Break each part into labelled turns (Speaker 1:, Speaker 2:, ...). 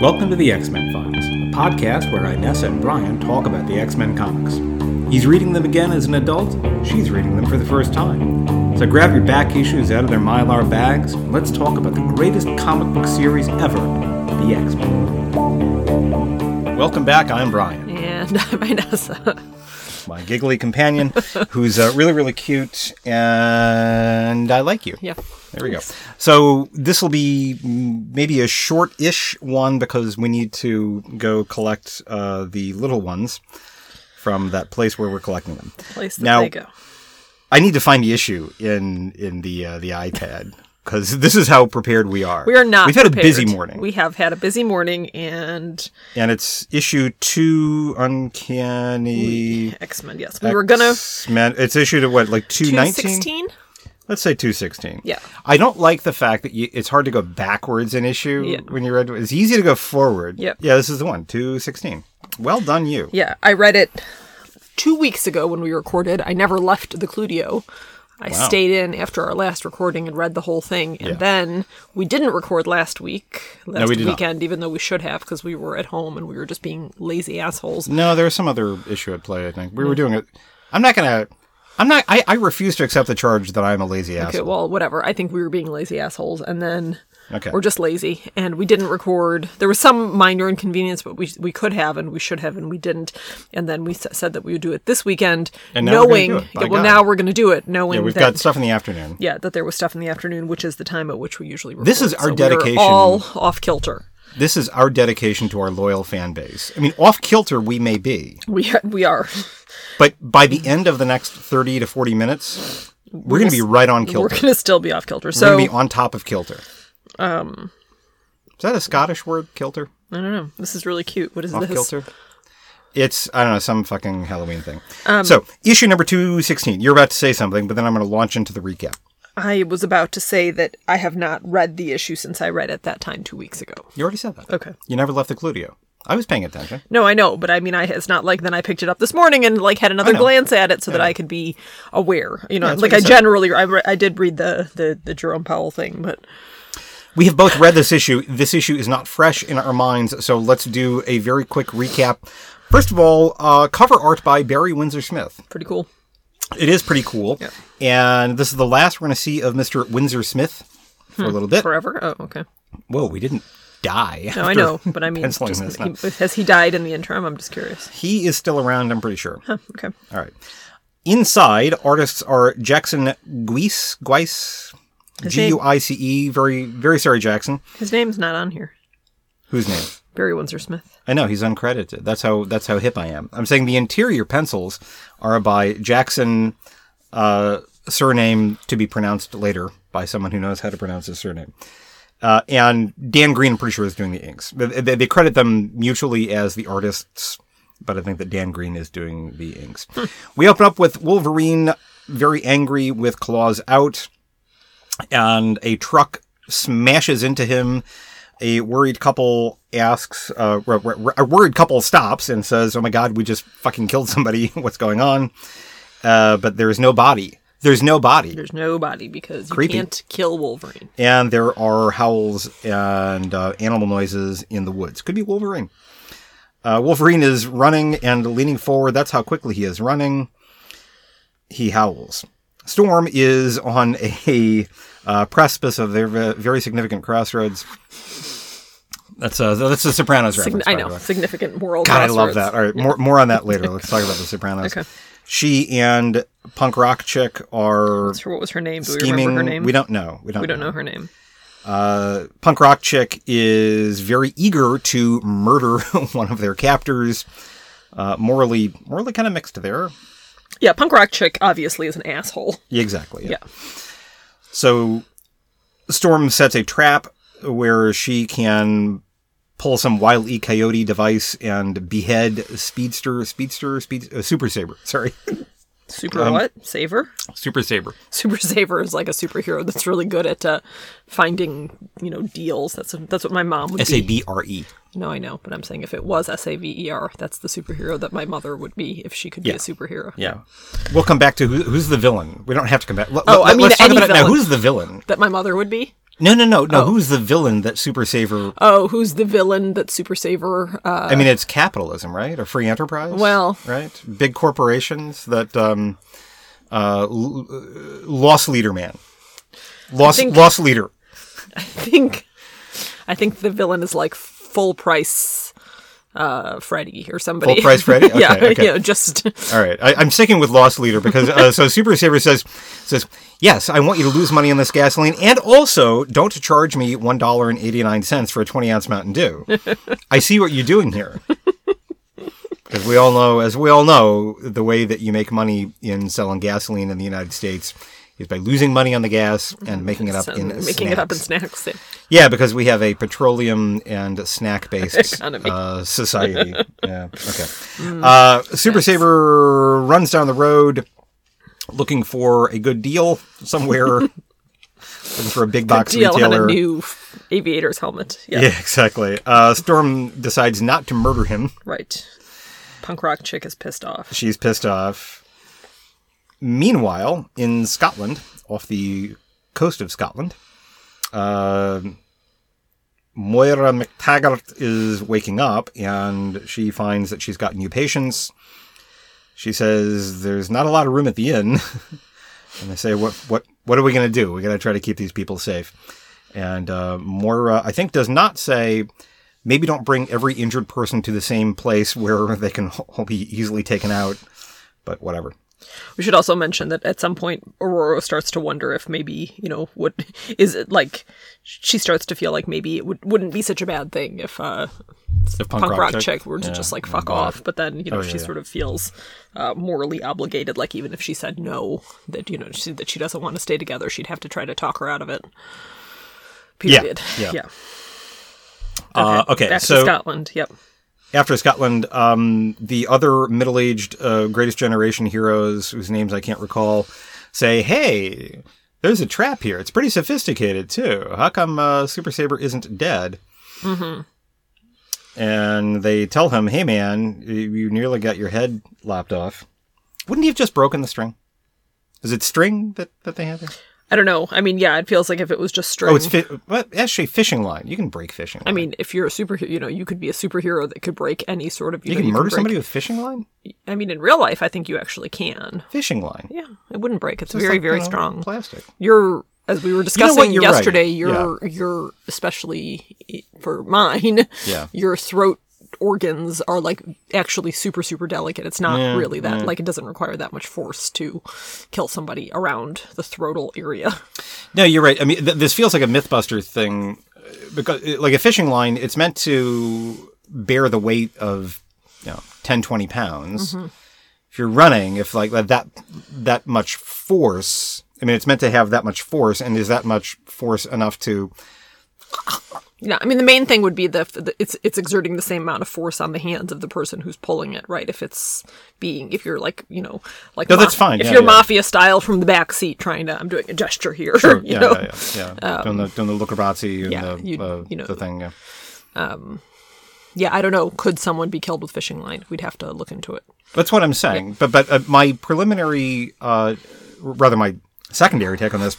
Speaker 1: Welcome to the X Men Files, a podcast where Inessa and Brian talk about the X Men comics. He's reading them again as an adult, she's reading them for the first time. So grab your back issues out of their mylar bags, and let's talk about the greatest comic book series ever the X Men. Welcome back, I'm Brian,
Speaker 2: And I'm Inessa.
Speaker 1: my giggly companion, who's uh, really, really cute, and I like you.
Speaker 2: yeah.
Speaker 1: There we go. So this will be mm, maybe a short-ish one because we need to go collect uh, the little ones from that place where we're collecting them.
Speaker 2: Place that
Speaker 1: Now-
Speaker 2: they go.
Speaker 1: I need to find the issue in in the uh, the iPad because this is how prepared we are.
Speaker 2: We are not.
Speaker 1: We've had
Speaker 2: prepared.
Speaker 1: a busy morning,
Speaker 2: We have had a busy morning, and
Speaker 1: and it's issue two, Uncanny.
Speaker 2: X Men. Yes, we were gonna
Speaker 1: Man, it's issued at what, like two
Speaker 2: two
Speaker 1: nineteen?
Speaker 2: sixteen.
Speaker 1: Let's say 216.
Speaker 2: Yeah.
Speaker 1: I don't like the fact that you, it's hard to go backwards an issue
Speaker 2: Yeah.
Speaker 1: when you read it's easy to go forward.
Speaker 2: Yep.
Speaker 1: Yeah, this is the one, 216. Well done you.
Speaker 2: Yeah, I read it two weeks ago when we recorded. I never left the Cludio. I stayed in after our last recording and read the whole thing. And
Speaker 1: Yeah.
Speaker 2: then we didn't record last week, last
Speaker 1: we did not.
Speaker 2: weekend, even though we should have because we were at home and we were just being lazy assholes.
Speaker 1: No, there was some other issue at play, I think.
Speaker 2: Mm.
Speaker 1: We were doing it. I'm not going to I'm not I, I refuse to accept the charge that I'm a lazy
Speaker 2: Okay,
Speaker 1: asshole.
Speaker 2: well, whatever. I think we were being lazy assholes, and then
Speaker 1: Okay.
Speaker 2: we're just lazy, and we didn't record. There was some minor inconvenience, but we we could have, and we should have, and we didn't. And then we s- said that we would do it this weekend,
Speaker 1: And now we're gonna
Speaker 2: knowing
Speaker 1: do it, by
Speaker 2: yeah, well
Speaker 1: God.
Speaker 2: now we're going to do it, knowing
Speaker 1: yeah, we've
Speaker 2: that
Speaker 1: got stuff in the afternoon.
Speaker 2: yeah that there was stuff in the afternoon, which is the time at which we usually record.
Speaker 1: This is our
Speaker 2: we were
Speaker 1: dedication.
Speaker 2: all off kilter.
Speaker 1: This is our dedication to our loyal fan base. I mean, off kilter we may be,
Speaker 2: We we are
Speaker 1: but by the end of the next 30 to 40 minutes, we're going to be right on
Speaker 2: we're
Speaker 1: kilter.
Speaker 2: going to still be off kilter.
Speaker 1: We're
Speaker 2: So
Speaker 1: gonna be on top of kilter. Um, is that a Scottish word, kilter?
Speaker 2: I don't know. This is really cute. What is
Speaker 1: Off
Speaker 2: this?
Speaker 1: kilter. It's I don't know some fucking Halloween thing.
Speaker 2: Um,
Speaker 1: so issue number two sixteen. You're about to say something, but then I'm going to launch into the recap.
Speaker 2: I was about to say that I have not read the issue since I read it that time two weeks ago.
Speaker 1: You already said that.
Speaker 2: Okay.
Speaker 1: You never left the Cludio. I was paying attention.
Speaker 2: No, I know, but I mean, I it's not like then I picked it up this morning and like had another
Speaker 1: know.
Speaker 2: glance at it so that I could be aware. You know,
Speaker 1: that's
Speaker 2: like
Speaker 1: what
Speaker 2: I
Speaker 1: you said.
Speaker 2: generally I, re- I did read the, the the Jerome Powell thing, but
Speaker 1: We have both read this issue. This issue is not fresh in our minds, so let's do a very quick recap. First of all, uh, cover art by Barry Windsor Smith.
Speaker 2: pretty cool.
Speaker 1: It is pretty cool, and this is the last we're going to see of Mister Windsor Smith for a little bit.
Speaker 2: Forever. Oh, okay.
Speaker 1: Whoa, we didn't die.
Speaker 2: No, I know, but I mean,
Speaker 1: penciling
Speaker 2: just-
Speaker 1: this
Speaker 2: he- has he died in the interim? I'm just curious.
Speaker 1: He is still around, I'm pretty sure.
Speaker 2: Okay.
Speaker 1: All right. Inside, artists are Jackson Guice, Guice, G U I C E. Very, very sorry, Jackson.
Speaker 2: His name's not on here.
Speaker 1: Whose name?
Speaker 2: Barry Windsor Smith.
Speaker 1: I know he's uncredited. That's how that's how hip I am. I'm saying the interior pencils are by Jackson, uh, surname to be pronounced later by someone who knows how to pronounce his surname. Uh, and Dan Green, I'm pretty sure, is doing the inks. They, they, they credit them mutually as the artists, but I think that Dan Green is doing the inks. we open up with Wolverine very angry with claws out, and a truck smashes into him a worried couple asks, uh, r- r- a worried couple stops and says, "Oh my God, we just fucking killed somebody. What's going on?" Uh, but there is no body. There's no body,
Speaker 2: There's nobody because you
Speaker 1: Creepy.
Speaker 2: can't kill Wolverine.
Speaker 1: and there are howls and uh, animal noises in the woods. Could be Wolverine. Uh, Wolverine is running and leaning forward. That's how quickly he is running. He howls. Storm is on a uh, precipice of their ve- very significant crossroads. That's uh, that's the Sopranos
Speaker 2: Sign-
Speaker 1: reference.
Speaker 2: I
Speaker 1: by
Speaker 2: know.
Speaker 1: the way.
Speaker 2: Significant moral.
Speaker 1: God, I love
Speaker 2: crossroads.
Speaker 1: that. All right, more, more on that later. Let's talk about the Sopranos.
Speaker 2: Okay.
Speaker 1: She and punk rock chick are
Speaker 2: Sure, What was her name? Do we
Speaker 1: scheming.
Speaker 2: remember her name?
Speaker 1: We don't know. We don't.
Speaker 2: We don't know her name.
Speaker 1: Uh, punk rock chick is very eager to murder one of their captors. Uh, morally, morally kind of mixed there.
Speaker 2: Yeah, punk rock chick obviously is an asshole.
Speaker 1: Yeah, exactly.
Speaker 2: Yeah.
Speaker 1: So Storm sets a trap where she can pull some wily coyote device and behead speedster, speedster, speed, uh, super saber. Sorry,
Speaker 2: Super
Speaker 1: Um,
Speaker 2: what? Saver?
Speaker 1: super saber.
Speaker 2: Super Saver is like a superhero that's really good at uh, finding, you know, deals. That's that's what my mom would
Speaker 1: S A B R E.
Speaker 2: be. No, I know, but I'm saying if it was S A V E R, that's the superhero that my mother would be if she could
Speaker 1: Yeah.
Speaker 2: be a superhero.
Speaker 1: Yeah. We'll come back to who, who's the villain. We don't have to come back. Let,
Speaker 2: Oh, I mean
Speaker 1: let's talk
Speaker 2: any
Speaker 1: about it now.
Speaker 2: villain.
Speaker 1: Who's the villain?
Speaker 2: That my mother would be?
Speaker 1: No, no, no, no. Who's the villain that Super Saver?
Speaker 2: Oh, who's the villain that Super Saver? Uh,
Speaker 1: I mean, it's capitalism, right? Or free enterprise?
Speaker 2: Well-
Speaker 1: right. Big corporations that um, uh, l- uh, lost leader man, lost
Speaker 2: think-
Speaker 1: lost leader.
Speaker 2: I think, I think the villain is like full price, uh, Freddy or somebody.
Speaker 1: Full Price Freddy? Okay,
Speaker 2: yeah,
Speaker 1: okay.
Speaker 2: yeah, just
Speaker 1: All right, I, I'm sticking with lost leader because uh, so Super Saver says says yes, I want you to lose money on this gasoline, and also don't charge me one dollar and eighty nine cents for a twenty ounce Mountain Dew. I see what you're doing here, because we all know, as we all know, the way that you make money in selling gasoline in the United States is by losing money on the gas and making it up in
Speaker 2: making it up in
Speaker 1: snacks.
Speaker 2: snacks. yeah.
Speaker 1: Yeah, because we have a petroleum and snack based
Speaker 2: Economy. Mm.
Speaker 1: uh, society. yeah. Okay. Uh, Super Saver runs down the road looking for a good deal somewhere, looking for a big box
Speaker 2: Deal on
Speaker 1: retailer.
Speaker 2: a new aviator's helmet. Yeah,
Speaker 1: yeah, exactly. Uh, Storm decides not to murder him.
Speaker 2: right. Punk rock chick is pissed off.
Speaker 1: She's pissed off. Meanwhile, in Scotland, off the coast of Scotland, uh, Moira McTaggart is waking up and she finds that she's got new patients. She says, There's not a lot of room at the inn. and they say, What, what, what are we going to do? We're going to try to keep these people safe. And uh, Moira, I think, does not say, maybe don't bring every injured person to the same place where they can ho- be easily taken out, but whatever.
Speaker 2: We should also mention that at some point Aurora starts to wonder if maybe, you know, what is it like she starts to feel like maybe it would, wouldn't be such a bad thing if uh
Speaker 1: If
Speaker 2: punk, rock, chick were to just like fuck off, but then, you know,
Speaker 1: Oh,
Speaker 2: she
Speaker 1: yeah, yeah.
Speaker 2: sort of feels uh morally obligated like even if she said no that you know, she, that she doesn't want to stay together, she'd have to try to talk her out of it.
Speaker 1: Yeah,
Speaker 2: Period.
Speaker 1: yeah.
Speaker 2: Okay,
Speaker 1: Uh, okay,
Speaker 2: Back to
Speaker 1: so
Speaker 2: Scotland. Yep.
Speaker 1: after Scotland, um, the other middle-aged uh, Greatest Generation heroes, whose names I can't recall, say, "Hey, there's a trap here. It's pretty sophisticated too. How come uh, Super Saber isn't dead?" Mm-hmm. And they tell him, "Hey, man, you- you nearly got your head lopped off. Wouldn't he have just broken the string? Is it string that, that they have there?
Speaker 2: I don't know. I mean, yeah, it feels like if it was just string.
Speaker 1: Oh, it's fi- what? Actually, fishing line. You can break fishing.
Speaker 2: I mean, if you're a superhero, you know, you could be a superhero that could break any sort of.
Speaker 1: you
Speaker 2: know,
Speaker 1: can murder
Speaker 2: break-
Speaker 1: somebody with fishing line.
Speaker 2: I mean, in real life, I think you actually can.
Speaker 1: Fishing line.
Speaker 2: Yeah, it wouldn't break. It's
Speaker 1: It's
Speaker 2: very,
Speaker 1: like, you
Speaker 2: very
Speaker 1: know,
Speaker 2: strong.
Speaker 1: plastic.
Speaker 2: You're, as we were discussing
Speaker 1: You're right.
Speaker 2: yesterday, you're, you're especially e, for mine.
Speaker 1: Yeah.
Speaker 2: Your throat organs are like actually super, super delicate. It's not really that like it doesn't require that much force to kill somebody around the throatal area.
Speaker 1: No, you're right. I mean, th- this feels like a MythBuster thing uh, because, uh, like, a fishing line, it's meant to bear the weight of, you know, 10, 20 pounds.
Speaker 2: Mm-hmm.
Speaker 1: If you're running, if like that that much force, I mean, it's meant to have that much force, and is that much force enough to?
Speaker 2: Yeah, I mean the main thing would be the, the it's it's exerting the same amount of force on the hands of the person who's pulling it, right? If it's being if you're like you know like
Speaker 1: No, that's fine,
Speaker 2: If
Speaker 1: yeah,
Speaker 2: you're
Speaker 1: yeah.
Speaker 2: mafia style from the back seat trying to, I'm doing a gesture here, you
Speaker 1: yeah,
Speaker 2: know. Um,
Speaker 1: yeah, yeah, yeah. doing the doing the Lucarabazzi and
Speaker 2: yeah,
Speaker 1: the
Speaker 2: you-
Speaker 1: uh,
Speaker 2: you know.
Speaker 1: the thing. Yeah.
Speaker 2: Yeah, I don't know. Could someone be killed with fishing line? We'd have to look into it.
Speaker 1: That's what I'm saying. But but uh, my preliminary, uh, rather my secondary take on this,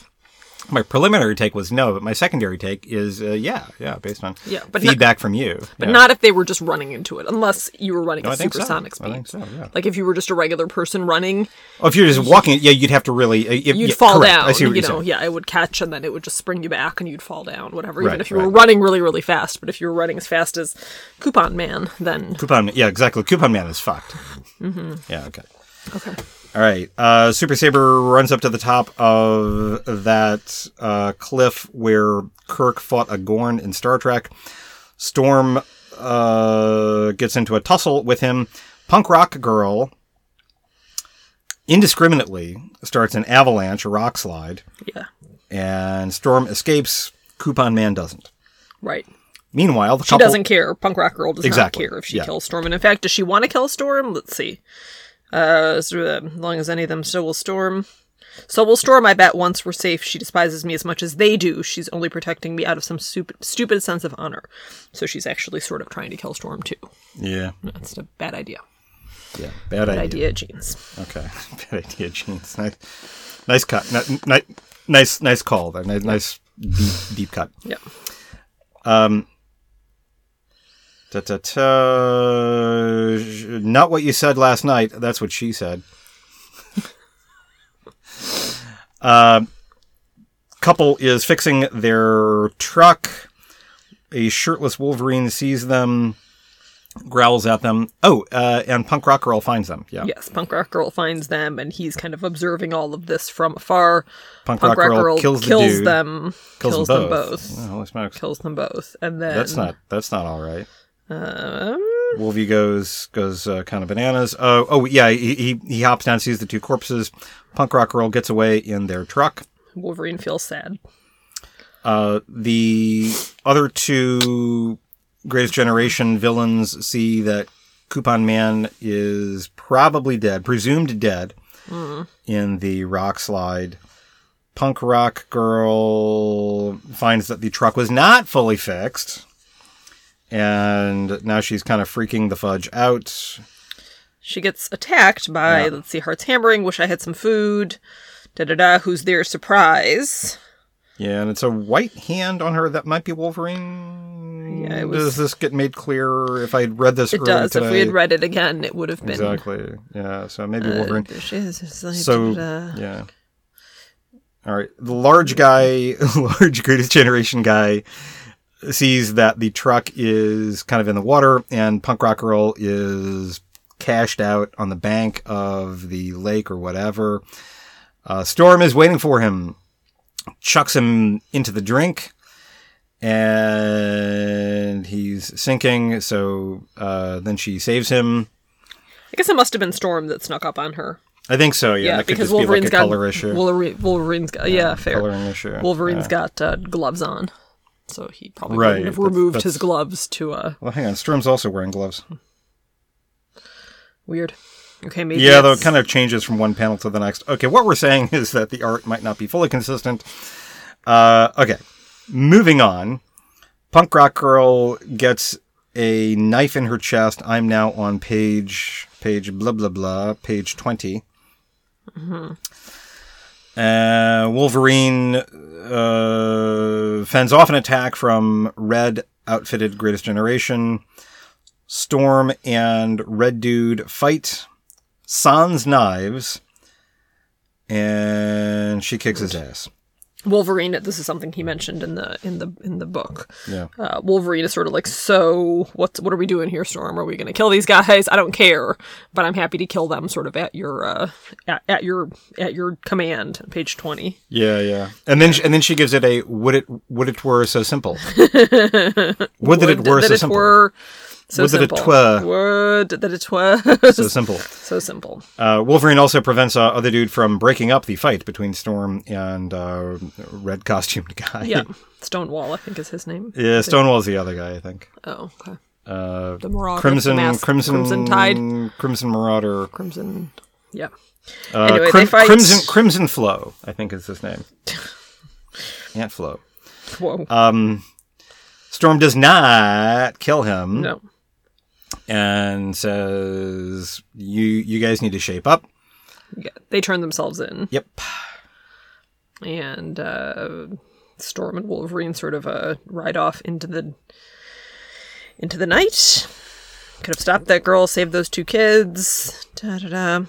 Speaker 1: my preliminary take was no, but my secondary take is uh, yeah, yeah, based on
Speaker 2: Yeah, but not-
Speaker 1: feedback from you.
Speaker 2: But not if they were just running into it, unless you were running
Speaker 1: I
Speaker 2: at
Speaker 1: think so.
Speaker 2: supersonic
Speaker 1: I think
Speaker 2: speed.
Speaker 1: so, yeah.
Speaker 2: Like if you were just a regular person running,
Speaker 1: oh, if you're just walking, yeah, you'd have to really uh, if,
Speaker 2: you'd
Speaker 1: yeah,
Speaker 2: fall
Speaker 1: correct.
Speaker 2: down.
Speaker 1: I see what
Speaker 2: you
Speaker 1: are
Speaker 2: know,
Speaker 1: saying.
Speaker 2: yeah, it would catch and then it would just spring you back and you'd fall down, whatever.
Speaker 1: Right,
Speaker 2: even if you were
Speaker 1: right.
Speaker 2: running really, really fast, but if you were running as fast as Coupon Man, then
Speaker 1: Coupon, yeah, exactly. Coupon man is fucked. Yeah, okay.
Speaker 2: Mm-hmm. okay.
Speaker 1: All right. Uh, Super Saber runs up to the top of that uh, cliff where Kirk fought a Gorn in Star Trek. Storm uh, gets into a tussle with him. Punk Rock Girl indiscriminately starts an avalanche, a rock slide,
Speaker 2: Yeah,
Speaker 1: and Storm escapes. Coupon Man doesn't.
Speaker 2: right.
Speaker 1: Meanwhile, the
Speaker 2: She
Speaker 1: couple
Speaker 2: doesn't care. Punk rock girl does
Speaker 1: Exactly,
Speaker 2: not care if she
Speaker 1: yeah.
Speaker 2: kills Storm. And in fact, does she want to kill Storm? Let's see. Uh, so, uh, as long as any of them so will Storm. So will Storm, I bet, once we're safe, she despises me as much as they do. She's only protecting me out of some stupid, stupid sense of honor. So she's actually sort of trying to kill Storm, too.
Speaker 1: yeah,
Speaker 2: That's a bad idea.
Speaker 1: yeah, bad,
Speaker 2: Bad
Speaker 1: idea.
Speaker 2: idea, Jeans.
Speaker 1: Okay, bad idea, Gene. It's Nice, nice cut. Ni- ni- nice, nice call there. Nice, nice deep, deep cut.
Speaker 2: Yeah.
Speaker 1: Um, ta ta ta. Not what you said last night. That's what she said. uh, couple is fixing their truck. A shirtless Wolverine sees them, growls at them. Oh, uh, and Punk Rock Girl finds them. Yeah.
Speaker 2: Yes, Punk Rock Girl finds them, and he's kind of observing all of this from afar.
Speaker 1: Punk,
Speaker 2: Punk Rock Girl
Speaker 1: kills,
Speaker 2: kills,
Speaker 1: the dude.
Speaker 2: them,
Speaker 1: Kills,
Speaker 2: kills
Speaker 1: them
Speaker 2: them
Speaker 1: both.
Speaker 2: both.
Speaker 1: Yeah, holy smokes.
Speaker 2: kills them both, and then
Speaker 1: That's not that's not all right.
Speaker 2: Um,
Speaker 1: Wolvie goes goes uh, kind of bananas. Oh oh yeah, he, he he hops down, sees the two corpses. Punk rock girl gets away in their truck.
Speaker 2: Wolverine feels sad.
Speaker 1: Uh, the other two Greatest Generation villains see that Coupon Man is probably dead, presumed dead, in the rock slide. Punk Rock Girl finds that the truck was not fully fixed, and now she's kind of freaking the fudge out.
Speaker 2: She gets attacked by
Speaker 1: Yeah.
Speaker 2: let's see, Hearts hammering. Wish I had some food. Da da da. Who's there? Surprise.
Speaker 1: Yeah, and it's a white hand on her that might be Wolverine.
Speaker 2: Yeah, it was-
Speaker 1: Does this get made clear if I had read this
Speaker 2: It
Speaker 1: earlier
Speaker 2: does.
Speaker 1: today?
Speaker 2: If we had read it again, it would have been.
Speaker 1: Exactly. Yeah. So maybe
Speaker 2: uh,
Speaker 1: Wolverine.
Speaker 2: there she is. It's like,
Speaker 1: So
Speaker 2: da-da-da.
Speaker 1: yeah. All right. The large guy, large greatest generation guy, sees that the truck is kind of in the water, and Punk Rock Girl is cashed out on the bank of the lake or whatever. Uh, Storm is waiting for him, chucks him into the drink, and he's sinking. So uh, then she saves him.
Speaker 2: I guess it must have been Storm that snuck up on her.
Speaker 1: I think so. Yeah,
Speaker 2: Yeah,
Speaker 1: that could
Speaker 2: because
Speaker 1: just
Speaker 2: Wolverine's
Speaker 1: be like a
Speaker 2: got
Speaker 1: color issue.
Speaker 2: Wolverine, Wolverine's got yeah, fair.
Speaker 1: Coloring issue.
Speaker 2: Wolverine's
Speaker 1: yeah.
Speaker 2: got uh, gloves on, so he probably
Speaker 1: Right,
Speaker 2: wouldn't have
Speaker 1: that's-
Speaker 2: removed his
Speaker 1: that's-
Speaker 2: gloves to uh
Speaker 1: Well, hang on. Storm's also wearing gloves.
Speaker 2: weird. Okay, maybe
Speaker 1: Yeah, though
Speaker 2: it's-
Speaker 1: it kind of changes from one panel to the next. Okay, what we're saying is that the art might not be fully consistent. Uh, okay, moving on. Punk Rock Girl gets a knife in her chest. I'm now on page page blah blah blah page 20 Uh, Wolverine uh, fends off an attack from Red outfitted Greatest Generation. Storm and Red Dude fight. Sans knives, and she kicks his ass.
Speaker 2: Wolverine. This is something he mentioned in the in the in the book.
Speaker 1: Yeah.
Speaker 2: Uh, Wolverine is sort of like, so what's what are we doing here, Storm? Are we going to kill these guys? I don't care, but I'm happy to kill them. Sort of at your uh, at, at your at your command. Page twenty.
Speaker 1: Yeah, yeah. And then she, and then she gives it a would it would it were so simple. would that it were so
Speaker 2: that it
Speaker 1: simple.
Speaker 2: were so
Speaker 1: Would that it
Speaker 2: simple.
Speaker 1: were.
Speaker 2: Would that it were
Speaker 1: So simple.
Speaker 2: so simple.
Speaker 1: Uh, Wolverine also prevents uh, other dude from breaking up the fight between Storm and uh, red costumed guy.
Speaker 2: Yeah, Stonewall, I think is his name.
Speaker 1: Yeah, Stonewall's the other guy, I think.
Speaker 2: Oh, okay.
Speaker 1: Uh,
Speaker 2: The Marauder,
Speaker 1: Crimson,
Speaker 2: the mask,
Speaker 1: Crimson,
Speaker 2: Crimson Tide,
Speaker 1: Crimson Marauder,
Speaker 2: Crimson. Yeah,
Speaker 1: uh,
Speaker 2: Anyway, they
Speaker 1: Crim-
Speaker 2: fight-
Speaker 1: Crimson, Crimson Flow, I think is his name. Ant Flow.
Speaker 2: whoa,
Speaker 1: Um, Storm does not kill him
Speaker 2: no,
Speaker 1: and says, "You you guys need to shape up."
Speaker 2: yeah, they turn themselves in,
Speaker 1: Yep.
Speaker 2: and uh, Storm and Wolverine sort of uh, ride off into the into the night. Could have stopped that girl, saved those two kids. Da da da.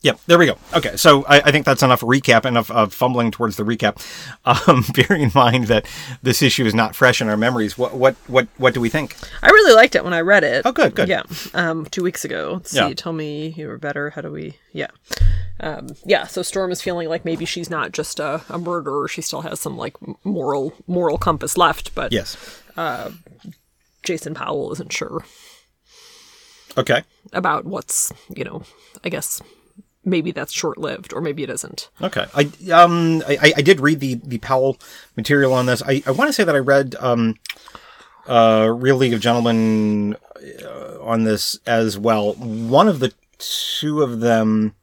Speaker 1: Yep. There we go. Okay. So I, I think that's enough recap, enough of fumbling towards the recap. Um, bearing in mind that this issue is not fresh in our memories, what what what what do we think?
Speaker 2: I really liked it when I read it.
Speaker 1: Oh, good, good.
Speaker 2: Yeah, um, two weeks ago. Let's
Speaker 1: Yeah.
Speaker 2: see. Tell me you were better. How do we? Yeah, um, yeah. So Storm is feeling like maybe she's not just a, a murderer. She still has some like moral moral compass left. But
Speaker 1: Yes.
Speaker 2: Jason Powell isn't sure
Speaker 1: Okay.
Speaker 2: about what's you know. I guess maybe that's short lived, or maybe it isn't.
Speaker 1: Okay. I um I, I- I did read the the Powell material on this. I, I want to say that I read um uh Real League of Gentlemen uh, on this as well. One of the two of them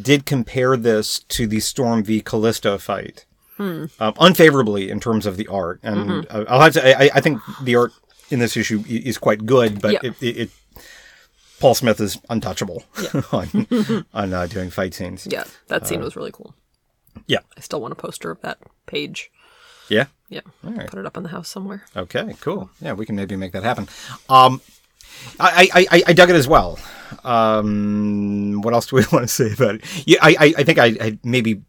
Speaker 1: did compare this to the Storm v Callisto fight. Um, unfavorably in terms of the art, and uh, I'll have to. I, I- I think the art in this issue i- is quite good, but
Speaker 2: Yeah.
Speaker 1: it, it, it Paul Smith is untouchable on on uh, doing fight scenes.
Speaker 2: Yeah, that scene was really cool.
Speaker 1: yeah.
Speaker 2: I still want a poster of that page.
Speaker 1: Yeah.
Speaker 2: Yeah.
Speaker 1: All right.
Speaker 2: Put it up in the house somewhere.
Speaker 1: Okay, cool. Yeah, we can maybe make that happen. Um, I, I, I, I dug it as well. Um, what else do we want to say about it? Yeah, I, I, I think I, I maybe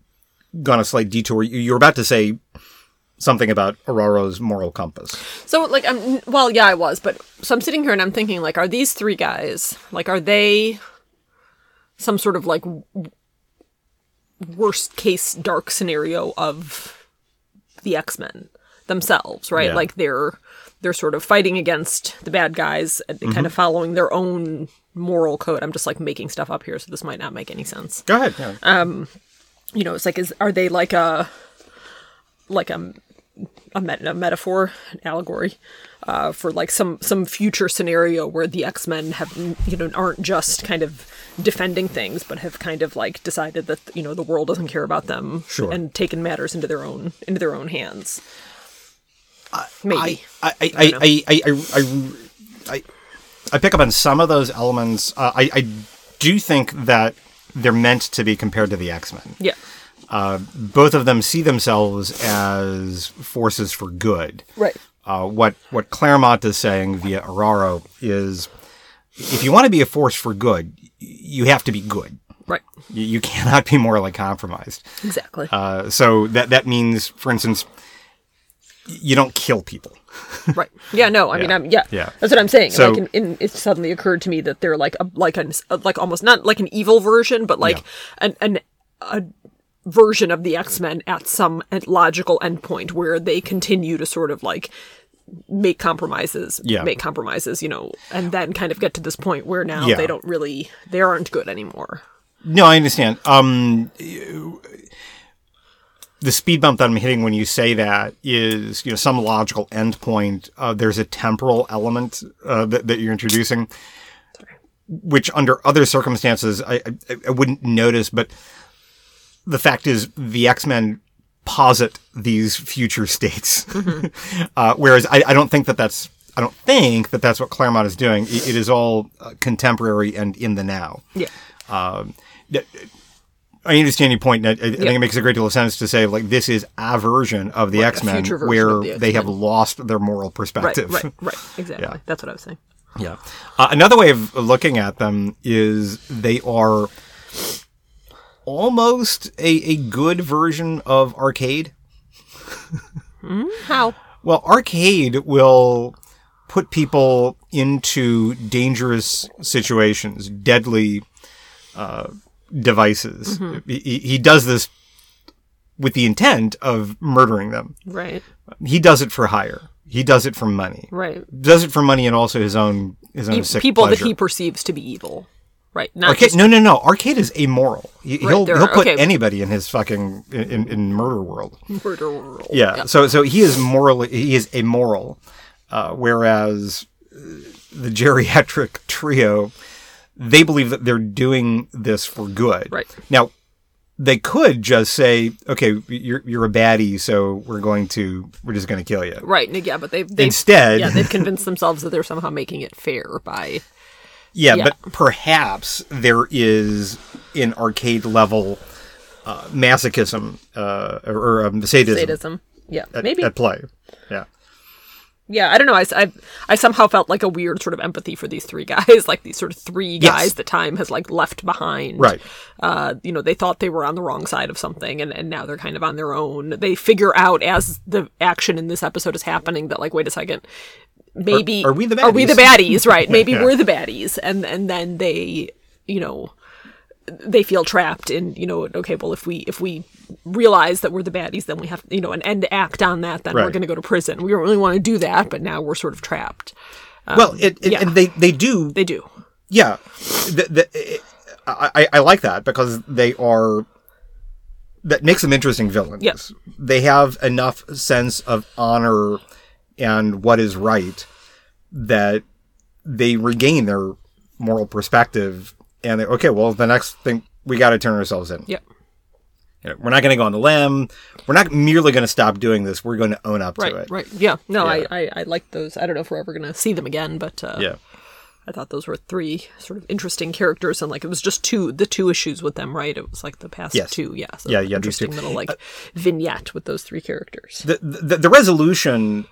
Speaker 1: gone a slight detour. You, you were about to say something about Aurora's moral compass.
Speaker 2: So like I'm well, yeah, I was, but so I'm sitting here and I'm thinking like are these three guys like are they some sort of like w- worst case dark scenario of the X-Men themselves, right?
Speaker 1: Yeah.
Speaker 2: Like they're they're sort of fighting against the bad guys and kind of following their own moral code. I'm just like making stuff up here so this might not make any sense
Speaker 1: Go ahead. Yeah.
Speaker 2: you know, it's like is are they like a like a a, met, a metaphor, an allegory uh, for like some some future scenario where the X Men have you know aren't just kind of defending things, but have kind of like decided that you know the world doesn't care about them
Speaker 1: Sure.
Speaker 2: and taken matters into their own into their own hands. Maybe.
Speaker 1: I, I, I, I, I, I, I, I, I pick up on some of those elements. Uh, I, I do think that they're meant to be compared to the X Men.
Speaker 2: yeah.
Speaker 1: Uh, both of them see themselves as forces for good.
Speaker 2: Right.
Speaker 1: Uh, what what Claremont is saying via Araro is, if you want to be a force for good, y- you have to be good.
Speaker 2: Right.
Speaker 1: You, you cannot be morally compromised.
Speaker 2: Exactly.
Speaker 1: Uh, so that that means, for instance, y- you don't kill people.
Speaker 2: right yeah no i mean
Speaker 1: Yeah.
Speaker 2: i'm yeah
Speaker 1: Yeah.
Speaker 2: that's what i'm saying
Speaker 1: So-
Speaker 2: like in, in, it suddenly occurred to me that they're like a like an like almost not like an evil version but like an an a version of the x-men at some logical endpoint where they continue to sort of like make compromises
Speaker 1: Yeah.
Speaker 2: make compromises you know and then kind of get to this point where now
Speaker 1: Yeah.
Speaker 2: they don't really they aren't good anymore
Speaker 1: No, I understand. Um, you- the speed bump that I'm hitting when you say that is, you know, some logical endpoint. Uh, there's a temporal element uh, that, that you're introducing, which under other circumstances I, I, I wouldn't notice. But the fact is, the X Men posit these future states, uh, whereas I, I don't think that that's. I don't think that that's what Claremont is doing. It, it is all uh, contemporary and in the now.
Speaker 2: yeah
Speaker 1: I understand your point. and I, I think it makes a great deal of sense to say like this is a version of the X Men
Speaker 2: future version
Speaker 1: where
Speaker 2: of the
Speaker 1: they have
Speaker 2: X-Men.
Speaker 1: lost their moral
Speaker 2: right
Speaker 1: perspective.
Speaker 2: right right exactly that's what i was saying
Speaker 1: yeah. Uh, another way of looking at them is they are almost a, a good version of arcade.
Speaker 2: how
Speaker 1: Well, arcade will put people into dangerous situations, deadly uh, devices.
Speaker 2: Mm-hmm.
Speaker 1: He- He, he does this with the intent of murdering them.
Speaker 2: right
Speaker 1: He does it for hire. He does it for money.
Speaker 2: right
Speaker 1: Does it for money and also his own his own sick
Speaker 2: people
Speaker 1: pleasure.
Speaker 2: that he perceives to be evil right not
Speaker 1: Arcade,
Speaker 2: just-
Speaker 1: no, no, no. Arcade is amoral. He, will
Speaker 2: there
Speaker 1: he'll
Speaker 2: are-
Speaker 1: put
Speaker 2: okay.
Speaker 1: anybody in his fucking in, in murder world.
Speaker 2: murder world.
Speaker 1: Yeah. So so he is morally he is amoral, uh, whereas uh, the geriatric trio, they believe that they're doing this for good.
Speaker 2: Right.
Speaker 1: Now, they could just say, "Okay, you're you're a baddie, so we're going to we're just going to kill you."
Speaker 2: Right. and Yeah, but they've, they've
Speaker 1: Instead-
Speaker 2: yeah, they've convinced themselves that they're somehow making it fair by
Speaker 1: Yeah,
Speaker 2: Yeah.
Speaker 1: but perhaps there is an arcade level uh, masochism uh, or, or um, sadism,
Speaker 2: sadism. Yeah,
Speaker 1: at-
Speaker 2: maybe.
Speaker 1: at play. Yeah.
Speaker 2: yeah, I don't know. I, s- I, I somehow felt like a weird sort of empathy for these three guys, like these sort of three
Speaker 1: Yes.
Speaker 2: guys that time has like left behind.
Speaker 1: Right.
Speaker 2: Uh, you know, they thought they were on the wrong side of something, and, and now they're kind of on their own. They figure out as the action in this episode is happening that like, wait a second, maybe
Speaker 1: Are- are we the
Speaker 2: Are we the baddies? Right. Maybe
Speaker 1: Yeah.
Speaker 2: we're the baddies, and and then they, you know, they feel trapped in you know okay well if we if we realize that we're the baddies then we have you know an end act on that then we're
Speaker 1: Right.
Speaker 2: going to go to prison we don't really want to do that but now we're sort of trapped
Speaker 1: well, it, it,
Speaker 2: Um, yeah.
Speaker 1: and they, they do
Speaker 2: they do
Speaker 1: Yeah, the, the, it- I, I- I like that because they are that makes them interesting villains.
Speaker 2: Yep.
Speaker 1: they have enough sense of honor and what is right that they regain their moral perspective and they okay. Well, the next thing we got to turn ourselves in.
Speaker 2: yep
Speaker 1: You know, we're not going to go on the limb. We're not merely going to stop doing this. We're going to own up
Speaker 2: right
Speaker 1: to it.
Speaker 2: right yeah no
Speaker 1: Yeah.
Speaker 2: I, I i like those i don't know if we're ever going to see them again but uh,
Speaker 1: Yeah.
Speaker 2: I thought those were three sort of interesting characters, and like it was just two, the two issues with them, right? It was like the past
Speaker 1: Yes.
Speaker 2: two, yeah. So
Speaker 1: Yeah, yeah, these two. Uh,
Speaker 2: Interesting little like vignette with those three characters.
Speaker 1: the the, the resolution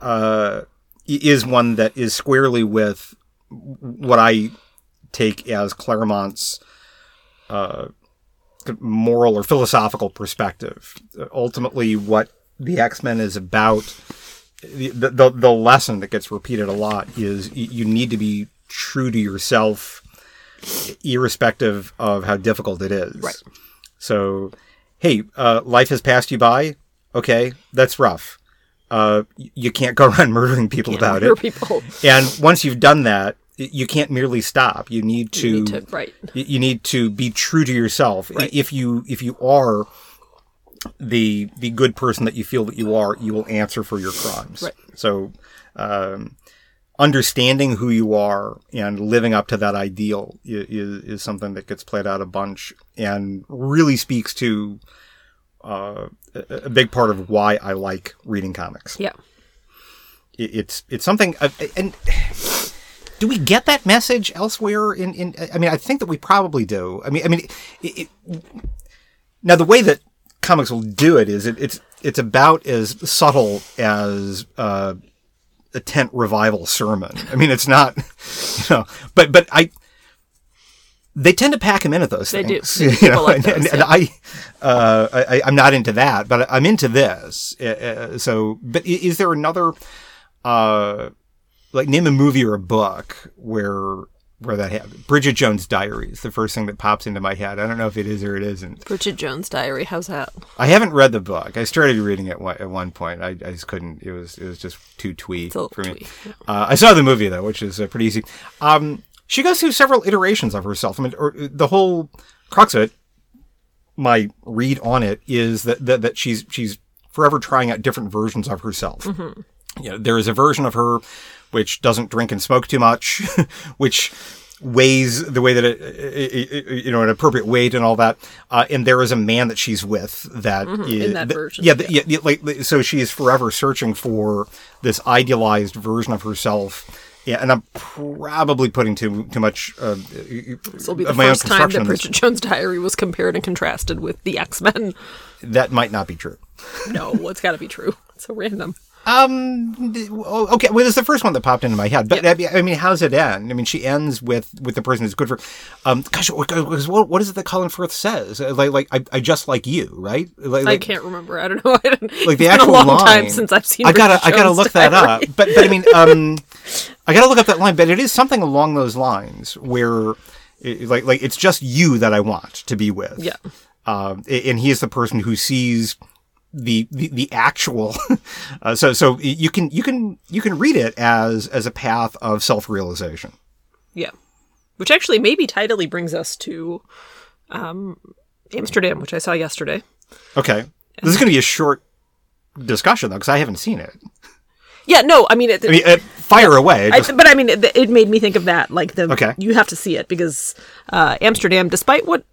Speaker 1: uh, i- is one that is squarely with what I take as Claremont's uh, moral or philosophical perspective. Ultimately, what the X Men is about, the, the the lesson that gets repeated a lot is y- you need to be true to yourself, irrespective of how difficult it is.
Speaker 2: Right.
Speaker 1: So, hey, uh, life has passed you by. Okay, that's rough. Uh, y- you can't go around murdering people about
Speaker 2: Your
Speaker 1: it.
Speaker 2: people
Speaker 1: And once you've done that, y- you can't merely stop. You need to.
Speaker 2: need to right.
Speaker 1: y- you need to be true to yourself. I- If you if you are the the good person that you feel that you are, you will answer for your crimes.
Speaker 2: Right.
Speaker 1: So, um, understanding who you are and living up to that ideal is, is something that gets played out a bunch and really speaks to uh, a, a big part of why I like reading comics.
Speaker 2: Yeah.
Speaker 1: It, it's it's something uh, and. Do we get that message elsewhere? In, in I mean, I think that we probably do. I mean, I mean, it, it, now the way that comics will do it is it, it's it's about as subtle as uh, a tent revival sermon. I mean, it's not, you know, but but I they tend to pack him into those
Speaker 2: They do.
Speaker 1: things.
Speaker 2: People
Speaker 1: You know,
Speaker 2: like
Speaker 1: and, and-
Speaker 2: those,
Speaker 1: and I, uh, I I'm not into that, but I'm into this. Uh, Uh, so, but i- is there another? Uh, like name a movie or a book where where that happened. Bridget Jones' Diary is the first thing that pops into my head. I don't know if it is or it isn't.
Speaker 2: Bridget Jones' Diary. How's that?
Speaker 1: I haven't read the book. I started reading it one, at one point. I, I just couldn't. It was it was just too twee
Speaker 2: a little
Speaker 1: for me.
Speaker 2: twee,
Speaker 1: Uh, I saw the movie though, which is uh, pretty easy. Um, she goes through several iterations of herself. I mean, or, uh, the whole crux of it, my read on it is that that, that she's she's forever trying out different versions of herself. You know, there is a version of her which doesn't drink and smoke too much, which weighs the way that it, i- i- i- you know, an appropriate weight and all that. Uh, and there is a man that she's with that is-
Speaker 2: Mm-hmm. in that
Speaker 1: th-
Speaker 2: version,
Speaker 1: Yeah, th- yeah, yeah, like like- so she is forever searching for this idealized version of herself. Yeah, and I'm probably putting too too much uh,
Speaker 2: This will be the
Speaker 1: of my own
Speaker 2: first time
Speaker 1: construction.
Speaker 2: that
Speaker 1: on this.
Speaker 2: Bridget Jones' Diary was compared and contrasted with the X Men.
Speaker 1: That might not be true.
Speaker 2: No, it's got to be true. It's so random.
Speaker 1: Oh, okay. Well, it's the first one that popped into my head. But I mean- I mean, how's it end? I mean, she ends with with the person who's good for. Um, gosh, what, what what is it that Colin Firth says? Uh, Like, like I, I just like you, right? Like,
Speaker 2: I
Speaker 1: like,
Speaker 2: can't remember. I don't know. I don't,
Speaker 1: like the
Speaker 2: it's
Speaker 1: actual
Speaker 2: been a long
Speaker 1: line.
Speaker 2: time since I've seen.
Speaker 1: I gotta
Speaker 2: Bridget
Speaker 1: I gotta
Speaker 2: Jones'
Speaker 1: look that
Speaker 2: Diary.
Speaker 1: up. But but I mean, um, I gotta look up that line. But it is something along those lines where, it, like like it's just you that I want to be with.
Speaker 2: Yeah.
Speaker 1: Um, a- and he is the person who sees the the, the actual. uh, so so you can you can you can read it as as a path of self realization.
Speaker 2: Yeah. Which actually maybe tidally brings us to um, Amsterdam, which I saw yesterday.
Speaker 1: Okay. This is going to be a short discussion though, because I haven't seen it.
Speaker 2: Yeah, no, I mean, it,
Speaker 1: I mean, uh, fire away.
Speaker 2: I,
Speaker 1: Just-
Speaker 2: but I mean, it, it made me think of that. Like the
Speaker 1: Okay.
Speaker 2: you have to see it because uh, Amsterdam, despite what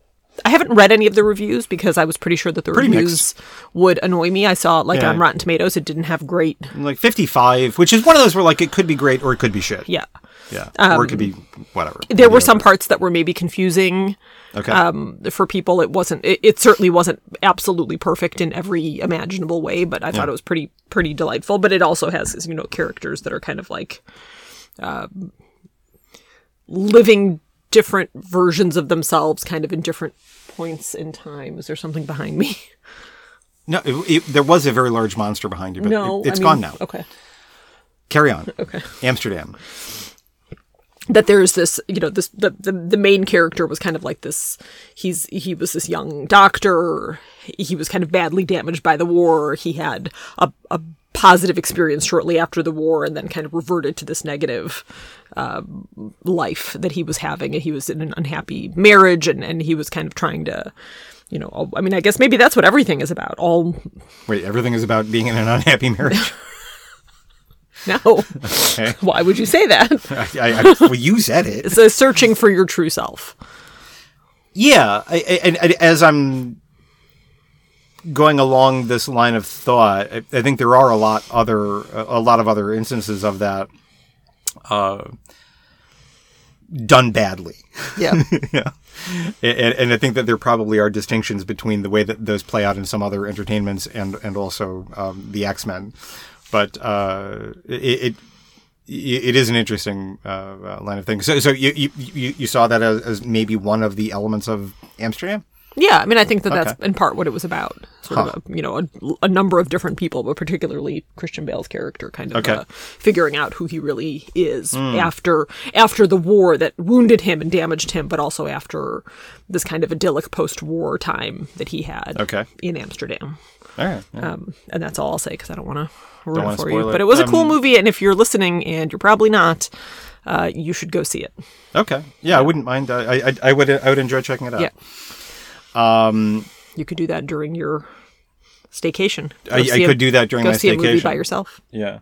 Speaker 2: I haven't read any of the reviews because I was pretty sure that the reviews
Speaker 1: mixed.
Speaker 2: would annoy me. I saw like
Speaker 1: Yeah.
Speaker 2: on Rotten Tomatoes, it didn't have great.
Speaker 1: like 55, which is one of those where like it could be great or it could be shit.
Speaker 2: Yeah,
Speaker 1: Yeah. or it could be whatever.
Speaker 2: Um, there were some parts that were maybe confusing.
Speaker 1: Okay.
Speaker 2: um, for people. It wasn't. It, it certainly wasn't absolutely perfect in every imaginable way, but I thought it was pretty pretty delightful. But it also has you know characters that are kind of like um living different versions of themselves, kind of in different points in time. Is there something behind me?
Speaker 1: no, it, it, there was a very large monster behind you, but
Speaker 2: No,
Speaker 1: it, has
Speaker 2: I mean-
Speaker 1: gone now.
Speaker 2: Okay.
Speaker 1: Carry on. Okay. Amsterdam.
Speaker 2: that there's this you know this the, the the main character was kind of like this he's he was this young doctor he was kind of badly damaged by the war he had a, a positive experience shortly after the war and then kind of reverted to this negative um life that he was having and he was in an unhappy marriage and and he was kind of trying to you know i mean i guess maybe that's what everything is about all
Speaker 1: Wait, everything is about being in an unhappy marriage.
Speaker 2: no why would you say that
Speaker 1: I, I, I, well, you said it.
Speaker 2: so searching for your true self
Speaker 1: Yeah, I, I, and and as I'm going along this line of thought, I, I think there are a lot other a lot of other instances of that. Uh, done badly.
Speaker 3: Yeah.
Speaker 1: yeah. And, and I think that there probably are distinctions between the way that those play out in some other entertainments and, and also um, the X Men. But uh, it, it it is an interesting uh, uh, line of things. So, so you, you, you you saw that as, as maybe one of the elements of Amsterdam?
Speaker 2: Yeah, I mean, I think that that's in part what it was about. Sort of, a, you know, a, a number of different people, but particularly Christian Bale's character, kind of
Speaker 1: Okay. Hmm.
Speaker 2: uh, figuring out who he really is after after the war that wounded him and damaged him, but also after this kind of idyllic post-war time that he had
Speaker 1: Okay.
Speaker 2: in Amsterdam.
Speaker 1: All right. Yeah.
Speaker 2: Um, and that's all I'll say because I don't want to
Speaker 1: Don't
Speaker 2: ruin
Speaker 1: wanna
Speaker 2: it for
Speaker 1: spoil
Speaker 2: you.
Speaker 1: it.
Speaker 2: But it was a cool
Speaker 1: Um,
Speaker 2: movie, and if you're listening, and you're probably not, uh, you should go see it.
Speaker 1: Okay. Yeah, I wouldn't mind. Uh, I, I I would I would enjoy checking it out.
Speaker 2: Oh. Yeah. Um,
Speaker 1: Um,
Speaker 2: you could do that during your staycation. Go
Speaker 1: I, I
Speaker 2: see a-
Speaker 1: could do that during
Speaker 2: Go
Speaker 1: my
Speaker 2: see a movie by
Speaker 1: staycation.
Speaker 2: yourself.
Speaker 1: yeah.